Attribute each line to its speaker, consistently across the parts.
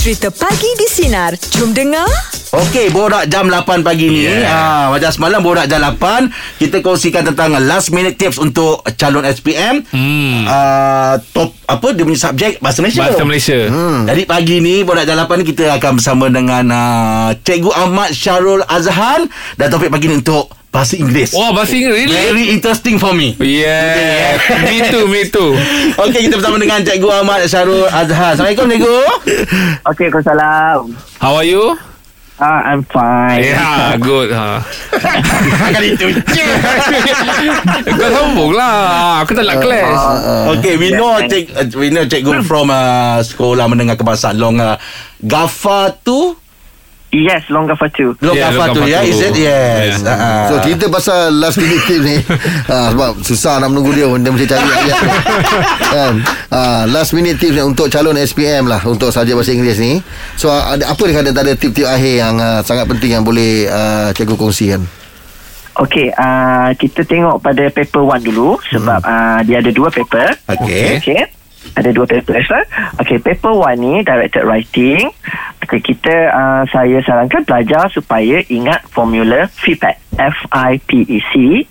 Speaker 1: Cerita Pagi di Sinar. Jom dengar.
Speaker 2: Okey, borak jam 8 pagi ni. Yeah. Ha, macam semalam borak jam 8, kita kongsikan tentang last minute tips untuk calon SPM. Hmm. Uh, top apa dia punya subjek bahasa Malaysia.
Speaker 3: Bahasa Malaysia.
Speaker 2: Hmm. Jadi pagi ni borak jam 8 ni kita akan bersama dengan uh, Cikgu Ahmad Syarul Azhan dan topik pagi ni untuk bahasa Inggeris.
Speaker 3: Wah, bahasa Inggeris. Oh, Really?
Speaker 2: Very interesting for me.
Speaker 3: Yeah. me too, me too.
Speaker 2: Okey, kita bersama dengan Cikgu Ahmad Syarul Azhan. Assalamualaikum, Cikgu.
Speaker 4: Waalaikumsalam.
Speaker 3: How are you?
Speaker 4: Ah, I'm fine.
Speaker 3: Yeah, good. Ha.
Speaker 2: Akan itu.
Speaker 3: Kau sombong lah. Aku
Speaker 4: Uh,
Speaker 3: tak nak clash.
Speaker 5: Uh-huh.
Speaker 2: Okay, we
Speaker 4: Yeah,
Speaker 2: know
Speaker 4: thanks.
Speaker 2: cik, uh, we know cikgu from uh, sekolah menengah kebangsaan Long uh, Gafa tu,
Speaker 4: Yes, longer for two.
Speaker 2: Long yeah,
Speaker 3: Yeah,
Speaker 2: Gafa
Speaker 3: Long
Speaker 2: tu
Speaker 3: Gafa
Speaker 2: ya,
Speaker 3: tu.
Speaker 2: is it? Yes. Yeah. Uh,
Speaker 5: So cerita pasal last minute tip ni ha, Sebab susah nak menunggu dia pun Dia mesti cari ayat dia. kan? ha, Last minute tips ni Untuk calon SPM lah Untuk subjek bahasa Inggeris ni So ada, apa dia kata tak ada tip-tip akhir Yang uh, sangat penting Yang boleh uh, cikgu kongsikan
Speaker 4: Okey, uh, kita tengok pada paper one dulu sebab uh, dia ada dua paper.
Speaker 2: Okey.
Speaker 4: Okey. Ada dua paper sir. Okey, paper one ni directed writing. Okey, kita uh, saya sarankan belajar supaya ingat formula feedback. F I P E C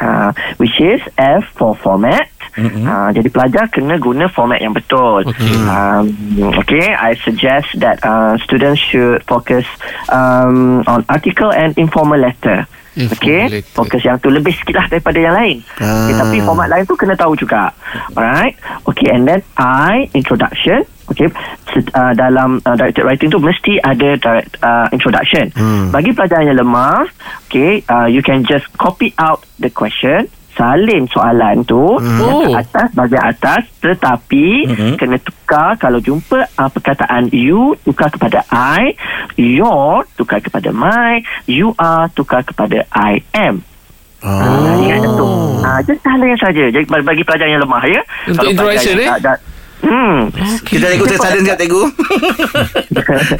Speaker 4: uh, which is F for format. Mm-hmm. Uh, jadi pelajar kena guna format yang betul. Okay. Um, okay, I suggest that uh, students should focus um, on article and informal letter.
Speaker 3: Informal
Speaker 4: okay,
Speaker 3: letter.
Speaker 4: fokus yang tu lebih sikit lah daripada yang lain.
Speaker 5: Ah.
Speaker 4: Okay, tapi format lain tu kena tahu juga. Alright. Okay, and then I introduction. Okay, Se- uh, dalam uh, directed writing tu mesti ada direct uh, introduction. Hmm. Bagi pelajaran yang lemah, okay, uh, you can just copy out the question salin soalan tu
Speaker 3: Oh.
Speaker 4: hmm. atas bahagian atas tetapi mm-hmm. kena tukar kalau jumpa uh, perkataan you tukar kepada I your tukar kepada my you are tukar kepada I am
Speaker 3: Oh.
Speaker 4: Ah, ingat macam tu. Ah, just tahan saja. Jadi bagi bagi pelajar yang lemah ya.
Speaker 3: Untuk
Speaker 4: Kalau pelajar
Speaker 3: interaction,
Speaker 4: yang
Speaker 3: eh?
Speaker 4: tak- tak- Hmm.
Speaker 2: Kita cikgu saya sudden sekejap cikgu.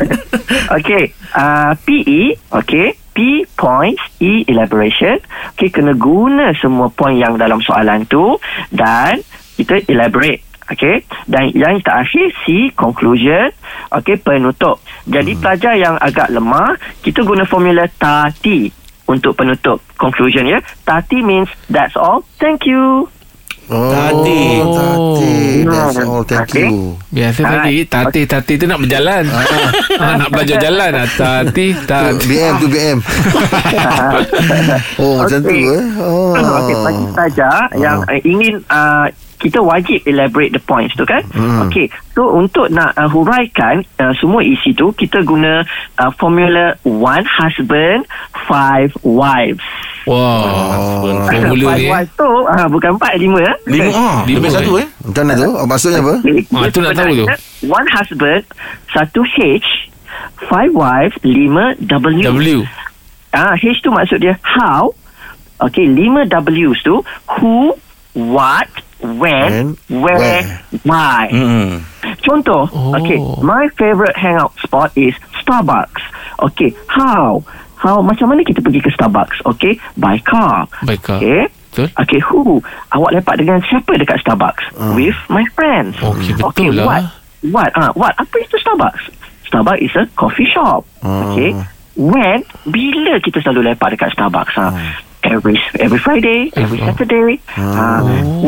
Speaker 4: okay. Uh, PE, okay. P points, E elaboration. Okay, kena guna semua point yang dalam soalan tu dan kita elaborate. Okay. Dan yang terakhir, C conclusion. Okay, penutup. Jadi hmm. pelajar yang agak lemah, kita guna formula TATI untuk penutup conclusion ya. TATI means that's all. Thank you.
Speaker 5: Oh,
Speaker 2: Tadi.
Speaker 5: Tadi That's
Speaker 4: Hmm.
Speaker 5: all thank
Speaker 4: Okay.
Speaker 5: you
Speaker 3: Biasa
Speaker 4: Ah.
Speaker 3: tadi Tati Tati tu nak berjalan
Speaker 4: Uh,
Speaker 3: ah, Nak belajar jalan ah. Tati
Speaker 5: Tu
Speaker 3: Tati
Speaker 5: BM tu BM Oh macam tu
Speaker 4: Okey.
Speaker 5: eh Ah. Oh
Speaker 4: Okey, bagi pelajar yang uh, ingin uh, kita wajib elaborate the points tu kan. Hmm. Okey, so untuk nak uh, huraikan uh, semua isi tu kita guna uh, formula one husband, five wives.
Speaker 3: Wow
Speaker 4: Oh.
Speaker 3: Formula
Speaker 4: five
Speaker 3: ni eh.
Speaker 4: wives tu uh, bukan empat, lima. eh.
Speaker 2: Lima ah,
Speaker 3: Lima,
Speaker 2: lebih satu
Speaker 3: eh.
Speaker 2: eh.
Speaker 5: Macam mana tu Oh, Maksudnya apa
Speaker 3: Ah, tu nak tahu tu.
Speaker 4: One husband, satu H, five wives, lima
Speaker 3: W
Speaker 4: W. Ah, H tu maksud dia how. Okay, lima W's tu. Who, what, when,
Speaker 5: When,
Speaker 4: where,
Speaker 5: where.
Speaker 4: why.
Speaker 2: Hmm.
Speaker 4: Contoh,
Speaker 3: Oh.
Speaker 4: okay, my favorite hangout spot is Starbucks. Okay, how? How macam mana kita pergi ke Starbucks? Okay, by car.
Speaker 3: By car.
Speaker 4: Okay.
Speaker 3: Ah, Betul.
Speaker 4: Okay, who? Awak lepak dengan siapa dekat Starbucks? With my friends.
Speaker 3: Okey, betul
Speaker 4: okay,
Speaker 3: lah.
Speaker 4: What? What? Ah, what? Apa itu Starbucks? Starbucks is a coffee shop. Okay. When? Bila kita selalu lepak dekat Starbucks? Ah. Every every Friday, every
Speaker 3: Oh.
Speaker 4: Saturday. Ah,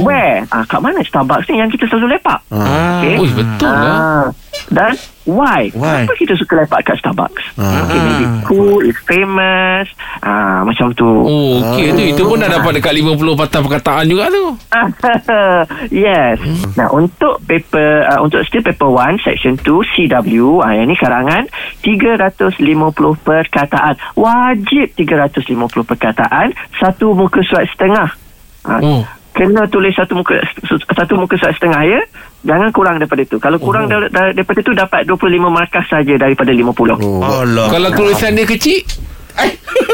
Speaker 4: where? Ah, kat mana Starbucks ni yang kita selalu lepak?
Speaker 3: ah.
Speaker 4: Okey.
Speaker 3: Ui, Betul lah
Speaker 4: Ah, dan why?
Speaker 2: Why?
Speaker 4: Kenapa kita suka lepak kat Starbucks? Okay, maybe
Speaker 3: Ah.
Speaker 4: cool, it's famous. Ah, macam tu.
Speaker 3: Oh, okey tu itu pun dah
Speaker 4: Ah.
Speaker 3: dapat dekat 50 patah perkataan juga tu.
Speaker 4: yes. Nah, untuk paper uh, untuk still paper 1 section 2 CW, ah yang ni karangan 350 perkataan. Wajib 350 perkataan, satu muka surat setengah. Ah,
Speaker 3: Oh.
Speaker 4: Kena tulis satu muka satu muka surat setengah ya. Jangan kurang daripada tu. Kalau kurang oh. daripada tu dapat 25 markah saja daripada 50.
Speaker 5: Oh
Speaker 2: Allah.
Speaker 3: Kalau tulisan dia kecil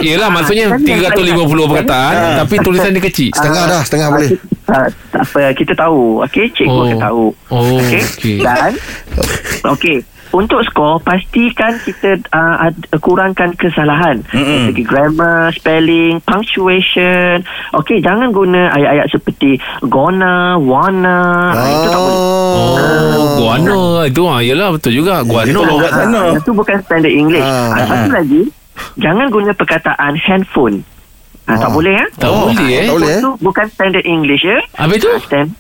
Speaker 3: Yelah maksudnya
Speaker 4: Ah,
Speaker 3: 350 perkataan Tapi tulisan dia kecil
Speaker 5: Setengah dah Setengah
Speaker 4: Ah,
Speaker 5: boleh
Speaker 4: ki- Tak, tak apa, kita tahu. Okey, cikgu
Speaker 3: Oh.
Speaker 4: akan tahu.
Speaker 3: Oh, okey.
Speaker 4: Dan okey, untuk skor pastikan kita uh, ad, kurangkan kesalahan mm-hmm. dari segi grammar, spelling, punctuation. Okey, jangan guna ayat-ayat seperti gonna, wanna. Ah. Itu tak boleh.
Speaker 5: Ah.
Speaker 3: Oh, guano itu ah yalah betul juga
Speaker 2: Dia
Speaker 3: guano.
Speaker 2: kat sana.
Speaker 4: Ah, Itu bukan standard English.
Speaker 5: Ah.
Speaker 4: Ah, satu lagi, jangan guna perkataan handphone. Ah, tak boleh ya?
Speaker 3: Tak boleh eh.
Speaker 5: tak boleh, eh?
Speaker 4: Itu bukan standard English ya.
Speaker 3: Habis tu?
Speaker 4: Stand,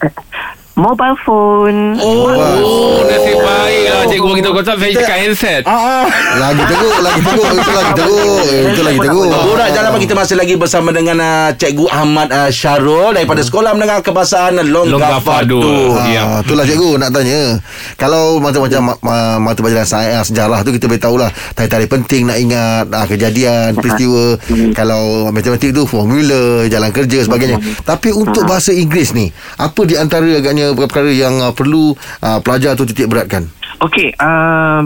Speaker 4: mobile phone.
Speaker 3: Oh, oh nasib baik lah cikgu kita kau tak saya cakap handset.
Speaker 5: Lagi teruk Lagi teruk Itu lagi teruk Eh, Itu lagi teruk Ah,
Speaker 2: Borak jalan pagi kita masih lagi bersama dengan uh, Cikgu Ahmad uh, Syarul
Speaker 5: Hmm.
Speaker 2: daripada Sekolah Menengah Kebahasaan Longga
Speaker 3: Longga
Speaker 2: Fadu.
Speaker 3: Fadu.
Speaker 5: Ah,
Speaker 3: Ya.
Speaker 5: itulah cikgu nak tanya Kalau macam-macam ma- ma- mata pelajaran saya sejarah tu kita beritahulah Tarik-tarik penting nak ingat ah, Kejadian, peristiwa Kalau matematik tu formula, jalan kerja sebagainya Tapi untuk bahasa Inggeris ni Apa di antara agaknya perkara yang ah, perlu ah, pelajar tu titik beratkan?
Speaker 4: Okey, uh,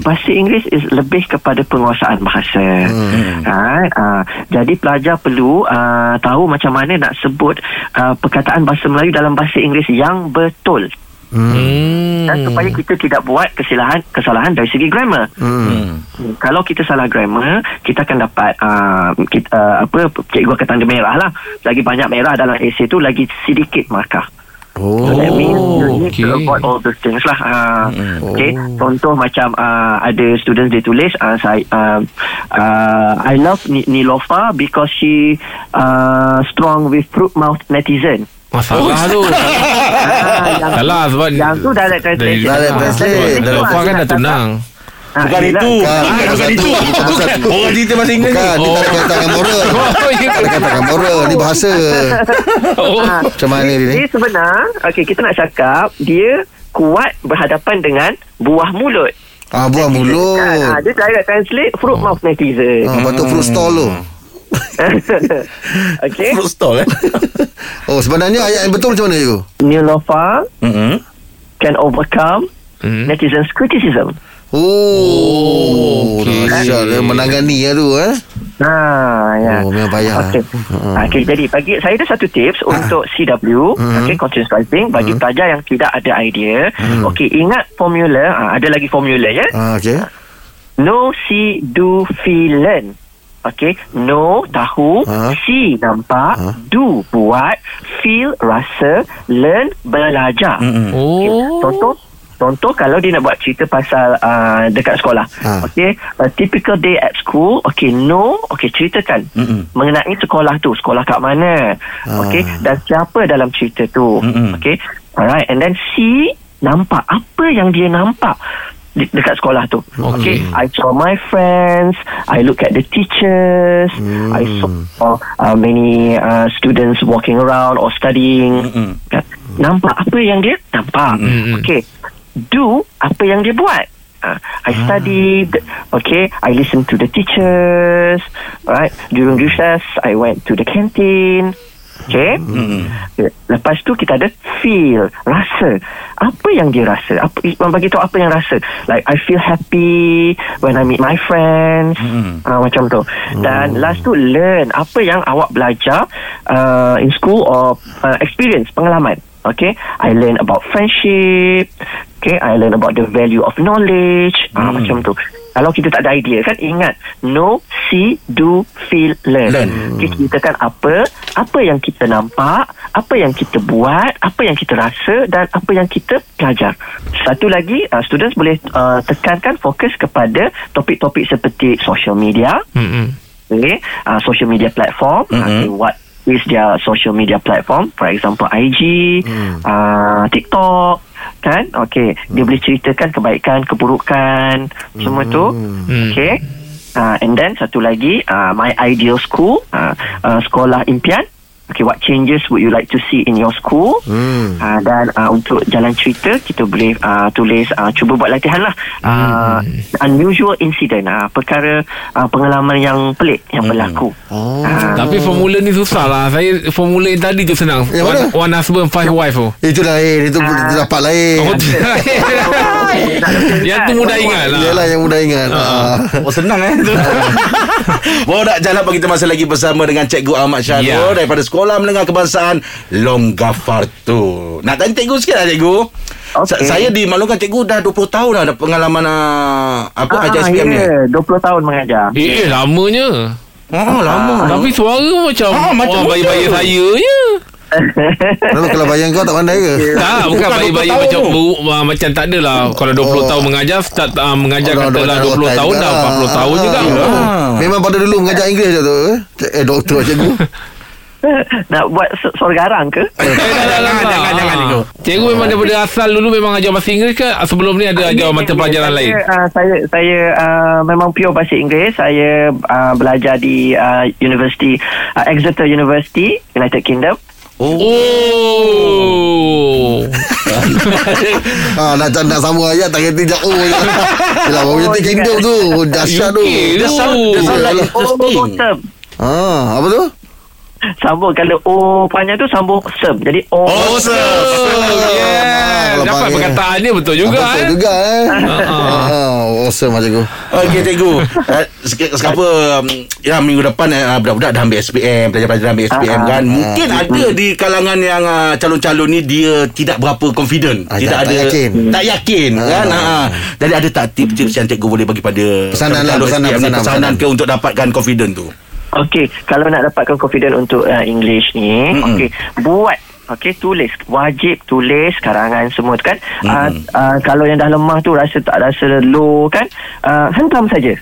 Speaker 4: bahasa Inggeris is lebih kepada penguasaan bahasa. Hmm. Right? Uh, jadi pelajar perlu uh, tahu macam mana nak sebut uh, perkataan bahasa Melayu dalam bahasa Inggeris yang betul.
Speaker 3: Hmm.
Speaker 4: Dan supaya kita tidak buat kesalahan kesalahan dari segi grammar. Hmm. Kalau kita salah grammar, kita akan dapat uh, kita, uh, apa cikgu akan tanda merah lah. Lagi banyak merah dalam esei tu lagi sedikit markah. So that means
Speaker 3: Oh,
Speaker 4: you need to
Speaker 3: okay. Hmm. Oh.
Speaker 4: avoid all those things lah. Ha, Okay. Contoh macam uh, ada students dia tulis, uh, saya, uh, uh, I love Ni- Nilofa because she uh, strong with fruit mouth netizen.
Speaker 3: Masalah tu.
Speaker 4: Ah, yang-
Speaker 3: Salah lah, sebab
Speaker 4: yang tu direct translation. Ah,
Speaker 5: Direct translate.
Speaker 3: Dalam
Speaker 4: Itulah,
Speaker 3: kan dah
Speaker 4: dia nak
Speaker 3: tunang.
Speaker 4: Ah,
Speaker 2: Bukan
Speaker 4: yelah.
Speaker 2: itu.
Speaker 5: Bukan.
Speaker 2: Ah, Bukan
Speaker 5: Bukan.
Speaker 2: itu.
Speaker 5: Bukan.
Speaker 2: Orang cerita bahasa Inggeris.
Speaker 5: Bukan,
Speaker 2: ni.
Speaker 5: ni tak ada kata dengan moral
Speaker 3: Oh, ya.
Speaker 5: Tak ada kata dengan moral, ni bahasa
Speaker 3: Oh.
Speaker 5: Macam mana dia ni?
Speaker 4: Ah, Dia sebenar, okay, kita nak cakap, dia kuat berhadapan dengan buah mulut.
Speaker 5: Ah, buah mulut
Speaker 4: Ah, dia direct translate fruit
Speaker 5: Oh.
Speaker 4: mouth netizen.
Speaker 5: ah, Patut fruit stall tu
Speaker 4: okay.
Speaker 2: Fruit stall eh.
Speaker 5: Oh sebenarnya ayat yang betul macam mana cikgu?
Speaker 4: Nilofa
Speaker 5: Mm-hmm.
Speaker 2: Mm-mm.
Speaker 4: can overcome
Speaker 3: Hmm.
Speaker 4: netizens' criticism.
Speaker 5: Oh, oh
Speaker 3: Okey.
Speaker 5: dahsyat dia menangani lah tu eh.
Speaker 4: Ah, ya.
Speaker 5: Oh, memang payah. Ha.
Speaker 4: Okey. Okey, jadi bagi saya ada satu tips untuk CW, okey, continuous writing bagi pelajar yang tidak ada idea.
Speaker 5: Ha.
Speaker 4: Okey, ingat formula, ah, ada lagi formula ya.
Speaker 5: Ah, okey.
Speaker 4: No see do feel learn. Okey, no tahu,
Speaker 5: Ah.
Speaker 4: see nampak,
Speaker 5: Ha.
Speaker 4: do buat, feel rasa, learn belajar.
Speaker 3: Oh.
Speaker 4: Contoh Contoh kalau dia nak buat cerita pasal uh, dekat sekolah. Ha.
Speaker 5: Ha.
Speaker 4: Okay. A typical day at school. Okay. No. Okay. Ceritakan. Mm-mm. Mengenai sekolah tu. Sekolah kat mana. Okay. Dan siapa dalam cerita tu. Mm-mm. Okay. Alright. And then see. Nampak. Apa yang dia nampak. Di, dekat sekolah tu. Okay. I saw my friends. I look at the teachers. Mm. I saw uh, many uh, students walking around or studying. Mm-mm. Nampak apa yang dia nampak. Mm-mm. Okay. Do apa yang dia buat. Uh, I studied. Okay. I listened to the teachers. Right. During recess, I went to the canteen. Okay. Mm-hmm. Lepas tu kita ada feel, rasa. Apa yang dia rasa? Apa bagi tahu apa yang rasa? Like I feel happy when I meet my friends. Mm-hmm. Uh, macam tu. Dan last tu learn apa yang awak belajar uh, in school or uh, experience pengalaman. Okay, I learn about friendship. Okay, I learn about the value of knowledge. Ah, macam tu. Kalau kita tak ada idea kan ingat know, see, do, feel, learn.
Speaker 2: Learn.
Speaker 4: Okay, ceritakan apa, apa yang kita nampak, apa yang kita buat, apa yang kita rasa dan apa yang kita pelajar. Satu lagi, uh, students boleh uh, tekankan fokus kepada topik-topik seperti social media,
Speaker 3: Hmm.
Speaker 4: okay, uh, social media platform, mm-hmm. okay, what is their social media platform, for example IG, mm. uh, TikTok, kan? Okay, dia boleh ceritakan kebaikan, keburukan, semua tu, okay. Uh, and then satu lagi, uh, my ideal school, uh, uh, sekolah impian. Okay, what changes would you like to see in your school?
Speaker 5: Hmm.
Speaker 4: Uh, dan uh, untuk jalan cerita kita boleh uh, tulis uh, cuba buat latihan lah uh,
Speaker 5: Hmm.
Speaker 4: unusual incident uh, perkara uh, pengalaman yang pelik yang berlaku
Speaker 5: Oh.
Speaker 4: uh,
Speaker 3: Tapi formula ni susah lah Saya formula yang tadi tu senang
Speaker 5: Yang
Speaker 3: one,
Speaker 5: mana?
Speaker 3: one husband five wife tu
Speaker 5: Itu lain, itu itu dapat lain.
Speaker 3: Oh, tu- Yang tu mudah ingat lah
Speaker 5: Yalah yang mudah ingat. Ah.
Speaker 2: Oh senang eh Borak jalan pagi kita masih lagi bersama dengan Cikgu Ahmad Syahrul
Speaker 3: Ya.
Speaker 2: Daripada Sekolah Menengah Kebangsaan Longgafartu Nak tanya cikgu sikit lah cikgu Okay.
Speaker 4: Okey.
Speaker 2: Saya dimaklumkan cikgu dah 20 tahun dah ada pengalaman uh, apa ah, ajar SPM ni.
Speaker 4: ya, 20 tahun mengajar.
Speaker 3: Eh, eh lamanya.
Speaker 2: Oh, lama.
Speaker 3: Ah. Tapi suara macam
Speaker 2: Ah,
Speaker 3: ah,
Speaker 2: macam
Speaker 3: orang
Speaker 2: muda.
Speaker 3: bayi-bayi saya je.
Speaker 5: Lalu kalau bayang kau tak pandai ke?
Speaker 3: Tak, bukan
Speaker 2: Bukan
Speaker 3: bayi-bayi
Speaker 2: 20
Speaker 3: macam
Speaker 2: tahun.
Speaker 3: bu, uh, macam tak adalah. Kalau 20
Speaker 5: Oh.
Speaker 3: tahun mengajar, start uh, mengajar
Speaker 5: Orang
Speaker 3: katalah
Speaker 5: ada
Speaker 3: 20
Speaker 5: otak
Speaker 3: tahun
Speaker 5: juga.
Speaker 3: dah 40 tahun
Speaker 5: Ah,
Speaker 3: juga.
Speaker 5: ya.
Speaker 3: Ah.
Speaker 5: Memang pada dulu mengajar Inggeris je tu eh? Eh doktor cikgu
Speaker 4: Nak buat su- suara garang ke?
Speaker 3: Eh, dah, dah, dah,
Speaker 2: Jangan,
Speaker 3: dah.
Speaker 2: jangan, jangan, cikgu.
Speaker 3: Cikgu memang daripada asal dulu memang ajar bahasa Inggeris ke? Ah, Sebelum ni
Speaker 4: Ah,
Speaker 3: ada ajar mata pelajaran
Speaker 4: saya,
Speaker 3: lain?
Speaker 4: Uh, saya saya uh, memang pure bahasa Inggeris. Saya uh, belajar di uh, University uh, Exeter University, United Kingdom.
Speaker 3: Oh.
Speaker 5: ha, Nak nak sambung ayat Tak kena jauh Yelah baru jadi kingdom tu Dahsyat tu
Speaker 3: UK tu.
Speaker 2: Dia salah
Speaker 5: Yalah.
Speaker 4: Oh,
Speaker 2: interesting.
Speaker 4: term.
Speaker 5: ha, Apa tu?
Speaker 4: Sambung kalau O panjang tu sambung serm. Jadi O.
Speaker 2: Oh,
Speaker 3: Oh,
Speaker 5: Ah,
Speaker 3: yeah. Dapat
Speaker 5: lepas ni.
Speaker 3: perkataan dia betul juga.
Speaker 5: Betul
Speaker 3: eh.
Speaker 5: juga eh Ah, Awesome lah cikgu
Speaker 2: Okey cikgu uh, Apa um, Ya minggu depan uh, Budak-budak dah ambil SPM Pelajar-pelajar dah ambil SPM kan Mungkin ada di kalangan yang uh, Calon-calon ni Dia tidak berapa confident
Speaker 5: Ah,
Speaker 2: Tidak
Speaker 5: tak-
Speaker 2: ada
Speaker 5: tak yakin.
Speaker 2: Tak yakin kan uh, Jadi ada tak tips-tips Yang cikgu boleh bagi pada
Speaker 5: Pesanan lah,
Speaker 2: calon-calon SPM
Speaker 5: pesanan,
Speaker 2: ni?
Speaker 5: pesanan,
Speaker 2: Pesanan
Speaker 5: pesanan.
Speaker 2: ke untuk dapatkan confident tu
Speaker 4: Okey, kalau nak dapatkan confident untuk uh, English ni,
Speaker 2: Mm-mm.
Speaker 4: mm-hmm. okey, buat Okey tulis wajib tulis karangan semua tu kan uh, uh, kalau yang dah lemah tu rasa tak rasa low kan uh, hentam saja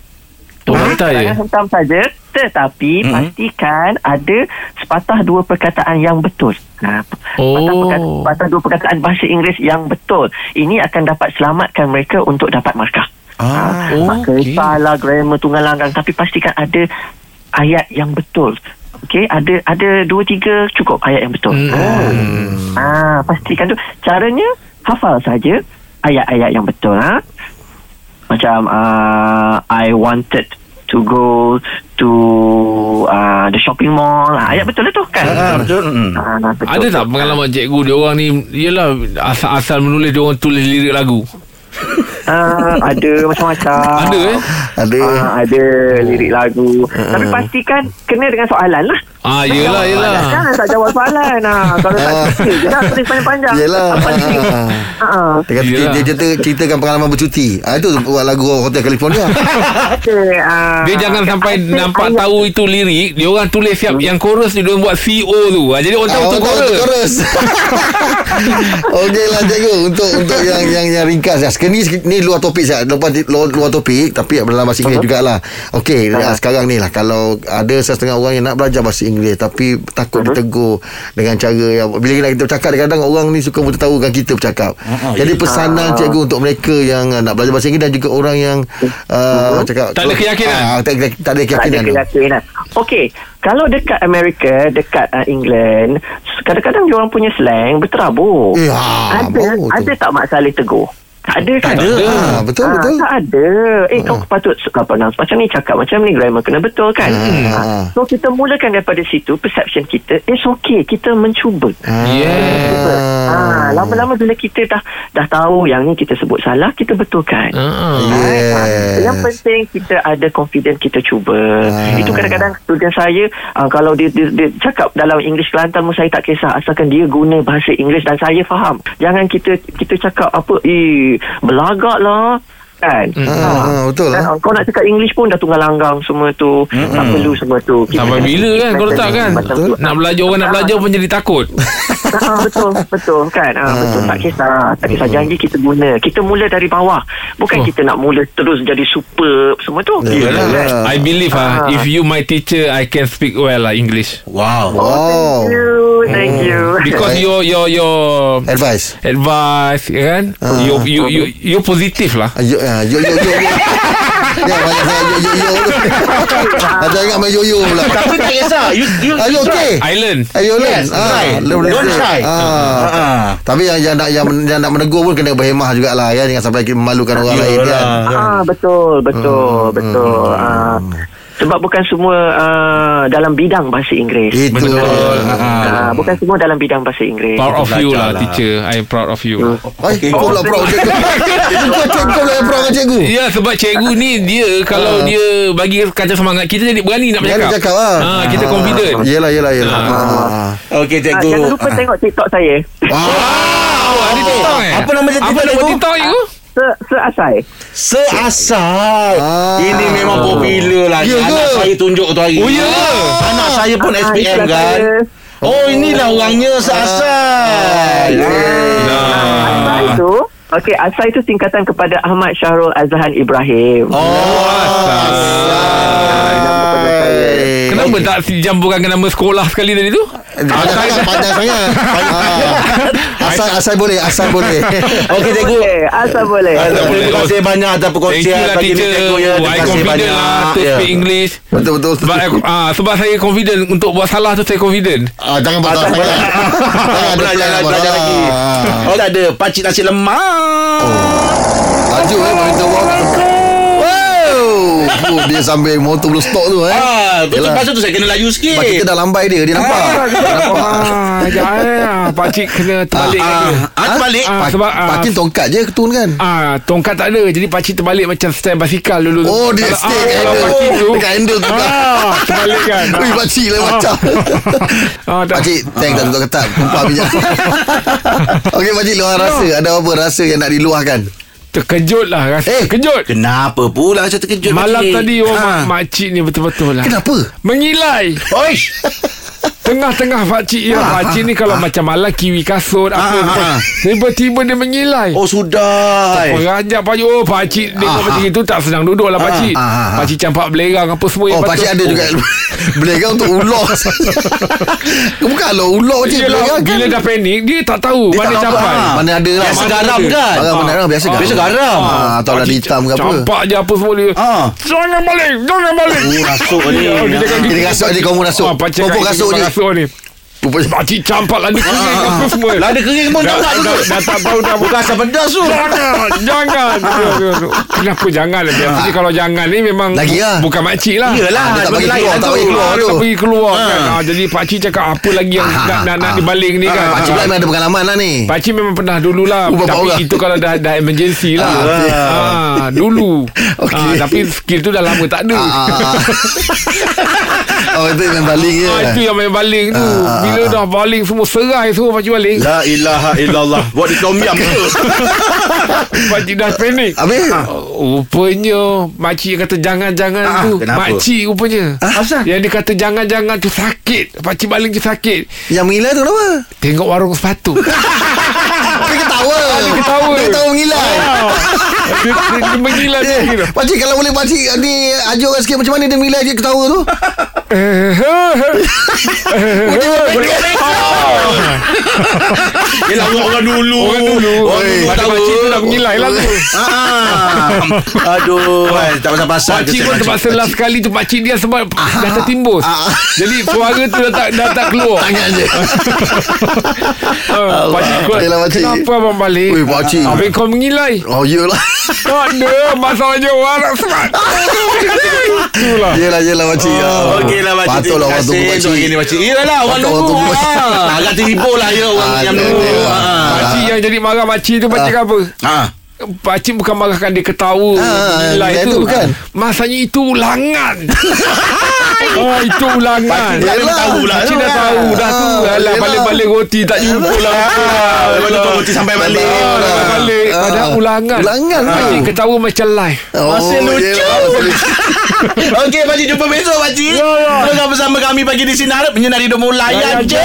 Speaker 3: Oh, hentai.
Speaker 4: Karangan hentam saja tetapi
Speaker 2: Mm-mm.
Speaker 4: mm-hmm. pastikan ada sepatah dua perkataan yang betul ha, sepatah,
Speaker 3: Oh.
Speaker 4: perkataan, sepatah dua perkataan bahasa Inggeris yang betul ini akan dapat selamatkan mereka untuk dapat markah
Speaker 2: Ah,
Speaker 4: Ha, tak
Speaker 3: okey.
Speaker 4: kisahlah grammar tunggal langgang tapi pastikan ada ayat yang betul. Okey, ada ada dua tiga cukup ayat yang betul.
Speaker 3: Hmm.
Speaker 4: Hmm. Ah, pastikan tu caranya hafal saja ayat-ayat yang betul ha. Macam uh, I wanted to go to uh, the shopping mall. Ah, ayat betul lah tu kan?
Speaker 2: Ah, Betul mm.
Speaker 4: Ah, betul.
Speaker 3: Ada tak pengalaman cikgu dia orang ni Yelah asal-asal menulis dia orang tulis lirik lagu
Speaker 4: Ah, ada macam-macam.
Speaker 3: Ada eh
Speaker 5: Ada
Speaker 4: Ah, ada lirik lagu.
Speaker 5: Ah.
Speaker 4: Tapi pastikan kena dengan soalan lah.
Speaker 3: Ah yelah yelah
Speaker 4: Jangan tak jawab soalan ah. Kalau tak
Speaker 5: Ah.
Speaker 4: fikir je lah, dah tulis panjang-panjang.
Speaker 5: Yelah
Speaker 4: Apa ni?
Speaker 5: Ah.
Speaker 4: Ah.
Speaker 5: Dia kata
Speaker 3: Yelah.
Speaker 5: dia cerita, ceritakan pengalaman bercuti ah, Itu buat lagu Hotel California
Speaker 4: Okey, ah.
Speaker 3: Dia jangan sampai
Speaker 4: Asyik
Speaker 3: nampak
Speaker 4: ayat-
Speaker 3: tahu itu lirik Dia orang tulis siap Yang chorus dia orang buat CO tu Ah, Jadi orang tahu
Speaker 5: Ah,
Speaker 3: tu chorus
Speaker 5: chorus. Okey lah cikgu untuk untuk yang yang yang ringkas ya. Sekarang ni ni luar topik saya. Lepas ni luar, luar topik tapi dalam bahasa Inggeris jugalah. Okey, uh-huh. sekarang ni lah kalau ada setengah orang yang nak belajar bahasa Inggeris tapi takut uh-huh. ditegur dengan cara yang bila kita- kita bercakap kadang-kadang orang ni suka memberitahukan kita bercakap. Uh-huh. Jadi pesanan cikgu untuk mereka yang uh, nak belajar bahasa Inggeris dan juga orang yang uh, cakap
Speaker 3: Tak ada keyakinan.
Speaker 5: Ah, tak, tak,
Speaker 4: tak
Speaker 5: tak ada
Speaker 4: ada
Speaker 5: keyakinan. tu.
Speaker 4: keyakinan. Okey, kalau dekat Amerika, dekat uh, England, kadang-kadang dia orang punya slang berterabur.
Speaker 5: Ya,
Speaker 4: ada
Speaker 5: bau tu.
Speaker 4: ada tak Mak Saleh tegur? Tak ada kan?
Speaker 2: ada.
Speaker 5: Ah, betul
Speaker 4: Ah,
Speaker 5: betul. Ah,
Speaker 4: Tak ada. Eh, kau patut kau pronounce macam ni, cakap macam ni, grammar kena betul kan?
Speaker 5: Ah.
Speaker 4: Ah, So, kita mulakan daripada situ, perception kita, it's okay, kita mencuba.
Speaker 5: Eh.
Speaker 3: Yeah
Speaker 4: Ah, lama-lama bila kita dah dah tahu yang ni kita sebut salah, kita betulkan.
Speaker 3: Ah.
Speaker 5: Yes.
Speaker 4: Yang penting kita ada confident kita cuba.
Speaker 5: Ah.
Speaker 4: Itu kadang-kadang student saya uh, kalau dia, dia, dia cakap dalam English Kelantan pun saya tak kisah asalkan dia guna bahasa Inggeris dan saya faham. Jangan kita kita cakap apa eh belagak lah kan.
Speaker 5: Ah, ah, Hmm. betul lah.
Speaker 4: Kan, Kau nak cakap English pun dah tunggal langgang semua tu. Mm-hmm. Tak perlu semua tu. Kita
Speaker 3: Sampai
Speaker 4: kena
Speaker 3: bila kan kau letak kan
Speaker 4: macam tu.
Speaker 3: Nak belajar orang nak belajar pun jadi takut
Speaker 4: Ah, betul betul kan ah, Hmm. betul tak kisah tak kisah janji kita guna kita mula dari bawah bukan
Speaker 3: Oh.
Speaker 4: kita nak mula terus jadi super semua tu
Speaker 5: Yelah.
Speaker 4: Kan?
Speaker 5: Ah.
Speaker 3: I believe ah If you my teacher I can speak well lah English
Speaker 2: Wow
Speaker 5: Wow.
Speaker 4: thank you thank you
Speaker 3: Because
Speaker 5: Eh.
Speaker 3: your your your
Speaker 5: Advice.
Speaker 3: advice ya kan
Speaker 5: Ah.
Speaker 3: you you you you positif lah
Speaker 5: Ah, Yo, ah, yo, yo, yo, yo. Ya, banyak saya yo, yo, yo. Ada ingat main yo-yo pula.
Speaker 2: Tapi tak kisah You, you,
Speaker 5: Are you okay?
Speaker 3: Island
Speaker 5: Ayo
Speaker 2: Yes, try. Don't try. Ah, ah.
Speaker 5: Tapi yang yang nak yang, yang nak menegur pun kena berhemah jugalah ya jangan sampai memalukan orang lain kan.
Speaker 4: ah betul betul betul ah sebab bukan semua uh, dalam bidang bahasa Inggeris.
Speaker 5: Itu.
Speaker 3: Betul.
Speaker 4: Ah, bukan semua dalam bidang bahasa Inggeris.
Speaker 3: Proud of you
Speaker 2: belajar
Speaker 3: lah
Speaker 2: lah.
Speaker 3: teacher I proud of you
Speaker 5: Ai, kau pula pro. Kau pula yang pro dengan cikgu.
Speaker 3: Ya sebab cikgu ni
Speaker 2: Ah.
Speaker 3: Dia kalau dia Bagi kata semangat Kita jadi berani nak
Speaker 5: Jangan
Speaker 3: bercakap
Speaker 5: cakap lah.
Speaker 3: ha, Kita confident
Speaker 5: Yelah, yelah, yelah. Ah.
Speaker 2: Okey
Speaker 4: Ah,
Speaker 2: cikgu.
Speaker 4: jangan lupa tengok TikTok saya.
Speaker 3: Ah, awak ada TikTok eh
Speaker 2: Apa nama
Speaker 3: Apa
Speaker 2: TikTok
Speaker 3: nama
Speaker 2: cikgu? Eh,
Speaker 3: TikTok cikgu?
Speaker 4: Se, seasai.
Speaker 2: Seasal.
Speaker 5: Ah.
Speaker 2: Ini memang popular lah.
Speaker 5: Ya ke?
Speaker 2: Anak saya tunjuk tu hari.
Speaker 3: Oh, ya ke?
Speaker 2: Anak saya pun
Speaker 4: Ah,
Speaker 2: SPM
Speaker 4: itulah
Speaker 2: kan.
Speaker 4: saya.
Speaker 2: Oh inilah
Speaker 3: Ah.
Speaker 2: orangnya seasal.
Speaker 3: ya.
Speaker 4: Asal itu, okey, Asal itu singkatan kepada Ahmad Syahrul Azhan Ibrahim.
Speaker 2: Oh.
Speaker 5: Hai.
Speaker 3: Kenapa tak jamburkan ke nama sekolah sekali tadi tu?
Speaker 5: Panjang sangat, panjang sangat. Ah. Asal asal boleh, asal boleh.
Speaker 2: Okey cikgu.
Speaker 4: Boleh, asal boleh.
Speaker 2: Ah, Terima
Speaker 3: boleh.
Speaker 2: kasih banyak atas
Speaker 3: Thank you
Speaker 2: perkongsian
Speaker 3: lah
Speaker 2: pagi ni
Speaker 3: teacher
Speaker 2: eh, cikgu ya. Terima
Speaker 3: I
Speaker 2: kasih
Speaker 3: confident
Speaker 2: banyak.
Speaker 3: lah To
Speaker 2: Ya.
Speaker 3: speak English
Speaker 5: Betul betul.
Speaker 3: sebab, aku, ah, sebab saya confident Untuk buat salah tu saya confident
Speaker 5: Ah, jangan buat salah sangat. Jangan ada
Speaker 2: Belajar
Speaker 5: pelan,
Speaker 2: belajar
Speaker 5: abang.
Speaker 2: lagi.
Speaker 5: Ah.
Speaker 2: Oh tak ada pakcik nasi lemak.
Speaker 3: Oh.
Speaker 5: Laju eh Perintah orang Wow oh, Dia sambil motor belum stop tu eh
Speaker 2: Ah, tu
Speaker 5: Yelah.
Speaker 2: pasal tu saya kena laju sikit.
Speaker 5: Sebab kita dah lambai dia Dia nampak Dia nampak
Speaker 3: Ah, jangan Pakcik kena terbalik
Speaker 2: Ah,
Speaker 3: ah,
Speaker 2: ah, balik.
Speaker 3: Ah,
Speaker 5: Pa-
Speaker 3: sebab, ah,
Speaker 5: Patin tongkat je ketun kan
Speaker 3: Ah, tongkat tak ada Jadi pakcik terbalik Macam stand basikal dulu
Speaker 5: Oh dia
Speaker 3: Kalau-
Speaker 5: stay
Speaker 3: ah,
Speaker 5: kat
Speaker 3: Kalau pakcik tu
Speaker 5: handle Dekat handle tu kan
Speaker 3: Ah, terbalik kan
Speaker 5: Ui pakcik lah macam
Speaker 3: Ah, tak.
Speaker 5: Pakcik Tank tak tutup ketat Kumpah minyak Okey pakcik luar rasa Ada apa rasa yang nak diluahkan
Speaker 3: Terkejut lah rasa
Speaker 5: Eh,
Speaker 3: Terkejut
Speaker 2: Kenapa pula saya terkejut
Speaker 3: Malam tadi orang mak, makcik ni betul-betul lah
Speaker 5: Ha. Kenapa
Speaker 3: Mengilai
Speaker 2: Oish.
Speaker 3: Tengah-tengah pakcik ya
Speaker 5: Ah,
Speaker 3: Pakcik ni kalau macam malam Kiwi kasut apa
Speaker 2: ah, ah.
Speaker 3: Tiba-tiba dia mengilai
Speaker 2: Oh sudah.
Speaker 3: Peranjak pakcik Oh pakcik Tengok macam itu Tak senang duduk lah pakcik
Speaker 5: eh. ah, ah, ah.
Speaker 3: Pakcik campak belerang Apa semua
Speaker 5: Oh
Speaker 3: yang
Speaker 5: pakcik ada
Speaker 3: patut.
Speaker 5: juga Belaga untuk ular Bukan lah ular je
Speaker 3: Yelah,
Speaker 5: Belaga kan
Speaker 3: Bila dah panik Dia tak tahu
Speaker 5: Dia
Speaker 3: Mana
Speaker 5: tak nampak,
Speaker 3: campak
Speaker 5: ah. Mana ada lah
Speaker 2: Biasa
Speaker 5: Mana
Speaker 2: garam kan?
Speaker 5: ada. Barang mana
Speaker 3: Ah.
Speaker 5: ada Biasa
Speaker 3: Ah.
Speaker 5: garam
Speaker 2: Biasa garam.
Speaker 5: Ah, Atau dah
Speaker 3: Pakcik
Speaker 5: hitam ke apa
Speaker 3: Campak je apa semua dia
Speaker 2: Ah.
Speaker 3: Jangan balik Jangan balik
Speaker 2: Oh rasuk ni.
Speaker 3: Ya, dia cakap
Speaker 5: Dia rasuk je, kamu rasuk.
Speaker 3: Ah, pakcik
Speaker 5: Pokok Ah,
Speaker 3: kaki
Speaker 5: rasuk je.
Speaker 3: Rasuk ni Pakcik campak Lada kering apa semua
Speaker 2: Lah ada kering pun tak
Speaker 3: Dah-
Speaker 2: nak tu.
Speaker 3: dah- dah tak tahu dah
Speaker 2: Bukan asam pedas tu.
Speaker 3: Jangan Jangan Kenapa jangan Biasanya kalau jangan ni memang
Speaker 5: Lagi lah.
Speaker 3: Bukan makcik lah
Speaker 2: Yelah,
Speaker 5: Ah, dia tak
Speaker 2: ada
Speaker 5: bagi
Speaker 2: lain
Speaker 5: keluar,
Speaker 2: tu.
Speaker 5: tak bagi keluar.
Speaker 3: Ah,
Speaker 5: tu. Ha.
Speaker 3: dia pergi keluar kan ah, Jadi pakcik cakap Apa lagi yang
Speaker 5: Ah,
Speaker 3: nak, nak, nak
Speaker 5: ah.
Speaker 3: dibalik ni kan
Speaker 5: Pakcik pula memang ada pengalaman lah ni
Speaker 3: Pakcik memang pernah dulu lah
Speaker 5: Oh, bapak
Speaker 3: Tapi
Speaker 5: orang.
Speaker 3: itu kalau dah dah emergency lah
Speaker 5: Ah, okey.
Speaker 3: ah, Dulu
Speaker 5: Okey.
Speaker 3: ah, Tapi skill tu dah lama tak ada
Speaker 5: Ah, ah, ah. Oh itu memang baling je
Speaker 3: ah, Itu yang main baling tu
Speaker 5: Ah, ah, Lah.
Speaker 3: Bila dah baling semua serai semua pakcik baling
Speaker 2: La ilaha illallah. Buat di tom yam tu.
Speaker 3: Pakcik dah panik
Speaker 5: Habis
Speaker 3: Ah. Rupanya Makcik kata jangan-jangan
Speaker 2: Ah,
Speaker 3: tu
Speaker 2: kenapa?
Speaker 3: Makcik rupanya
Speaker 2: Ah, asal?
Speaker 3: Yang dia kata jangan-jangan tu sakit Pakcik baling tu sakit
Speaker 5: Yang mengilah tu kenapa
Speaker 3: Tengok warung sepatu
Speaker 5: Dia ketawa Dia
Speaker 3: Ah, ketawa. Ah,
Speaker 5: Dia ketawa mengilah
Speaker 3: Dia, dia, dia menggila
Speaker 5: Eh,
Speaker 3: dia kira.
Speaker 5: Pakcik kalau boleh pakcik ni ajar orang sikit macam mana dia mengilah je ketawa tu
Speaker 3: Ah.
Speaker 2: Yelah orang dulu.
Speaker 5: Oh,
Speaker 3: Orang
Speaker 2: Orang
Speaker 3: dulu
Speaker 2: dulu
Speaker 3: Pada
Speaker 5: eh.
Speaker 2: tahu.
Speaker 3: makcik tu dah mengilai lah tu
Speaker 2: Ah. Aduh, eh, tak pasal-pasal.
Speaker 3: Pakcik
Speaker 2: Kesian
Speaker 3: pun terpaksa
Speaker 2: lah.
Speaker 3: last sekali tu Pakcik dia sebab
Speaker 5: Ah.
Speaker 3: Dah tertimbus Jadi suara tu dah tak, dah tak keluar
Speaker 5: Tangan je
Speaker 3: Ah, Pakcik kuat
Speaker 5: Yelah, pakcik.
Speaker 3: Kenapa abang balik
Speaker 5: Ui, pakcik.
Speaker 3: Habis kau mengilai
Speaker 5: Oh yelah
Speaker 3: Tak ada Masalahnya warung sepatu
Speaker 5: Ah.
Speaker 3: Itulah
Speaker 5: Yelah yelah pakcik
Speaker 3: Oh.
Speaker 5: Ah.
Speaker 2: Okey lah makcik
Speaker 5: Patutlah orang tunggu
Speaker 2: Untuk hari ni
Speaker 5: pakcik
Speaker 2: makcik Yelah orang
Speaker 5: Patut orang
Speaker 2: tunggu
Speaker 5: tunggu.
Speaker 2: ah. Agak terhibur lah ya Orang
Speaker 5: Ah,
Speaker 2: yang
Speaker 5: dia-
Speaker 2: tunggu
Speaker 5: dia-
Speaker 2: Ah.
Speaker 3: Pakcik yang jadi marah Pakcik tu Pakcik apa
Speaker 2: Ah.
Speaker 3: Pakcik bukan marahkan dia ketawa Nilai
Speaker 5: Ah, nilai
Speaker 3: tu
Speaker 5: tu bukan.
Speaker 3: Masanya itu ulangan Oh itu ulangan
Speaker 2: Pakcik dah tahu lah
Speaker 3: Pakcik
Speaker 2: tu
Speaker 3: dah
Speaker 2: kan.
Speaker 3: tahu Dah tu
Speaker 5: Ah,
Speaker 3: Alah
Speaker 5: yelah.
Speaker 3: balik-balik roti
Speaker 5: Oh,
Speaker 3: Tak jumpa lah
Speaker 2: Ah, Lepas tu tunggu sampai balik
Speaker 3: Ah, dah Balik
Speaker 5: Ah.
Speaker 3: Padahal ulangan
Speaker 5: Ulangan ah. tu.
Speaker 3: Pakcik ketawa macam live
Speaker 2: Masih
Speaker 5: Oh,
Speaker 2: lucu.
Speaker 5: yelah, masih lucu.
Speaker 2: Okey pakcik jumpa besok pakcik Tengah bersama kami pagi di Sinar Menyinari Demo Layan
Speaker 3: Layan
Speaker 2: je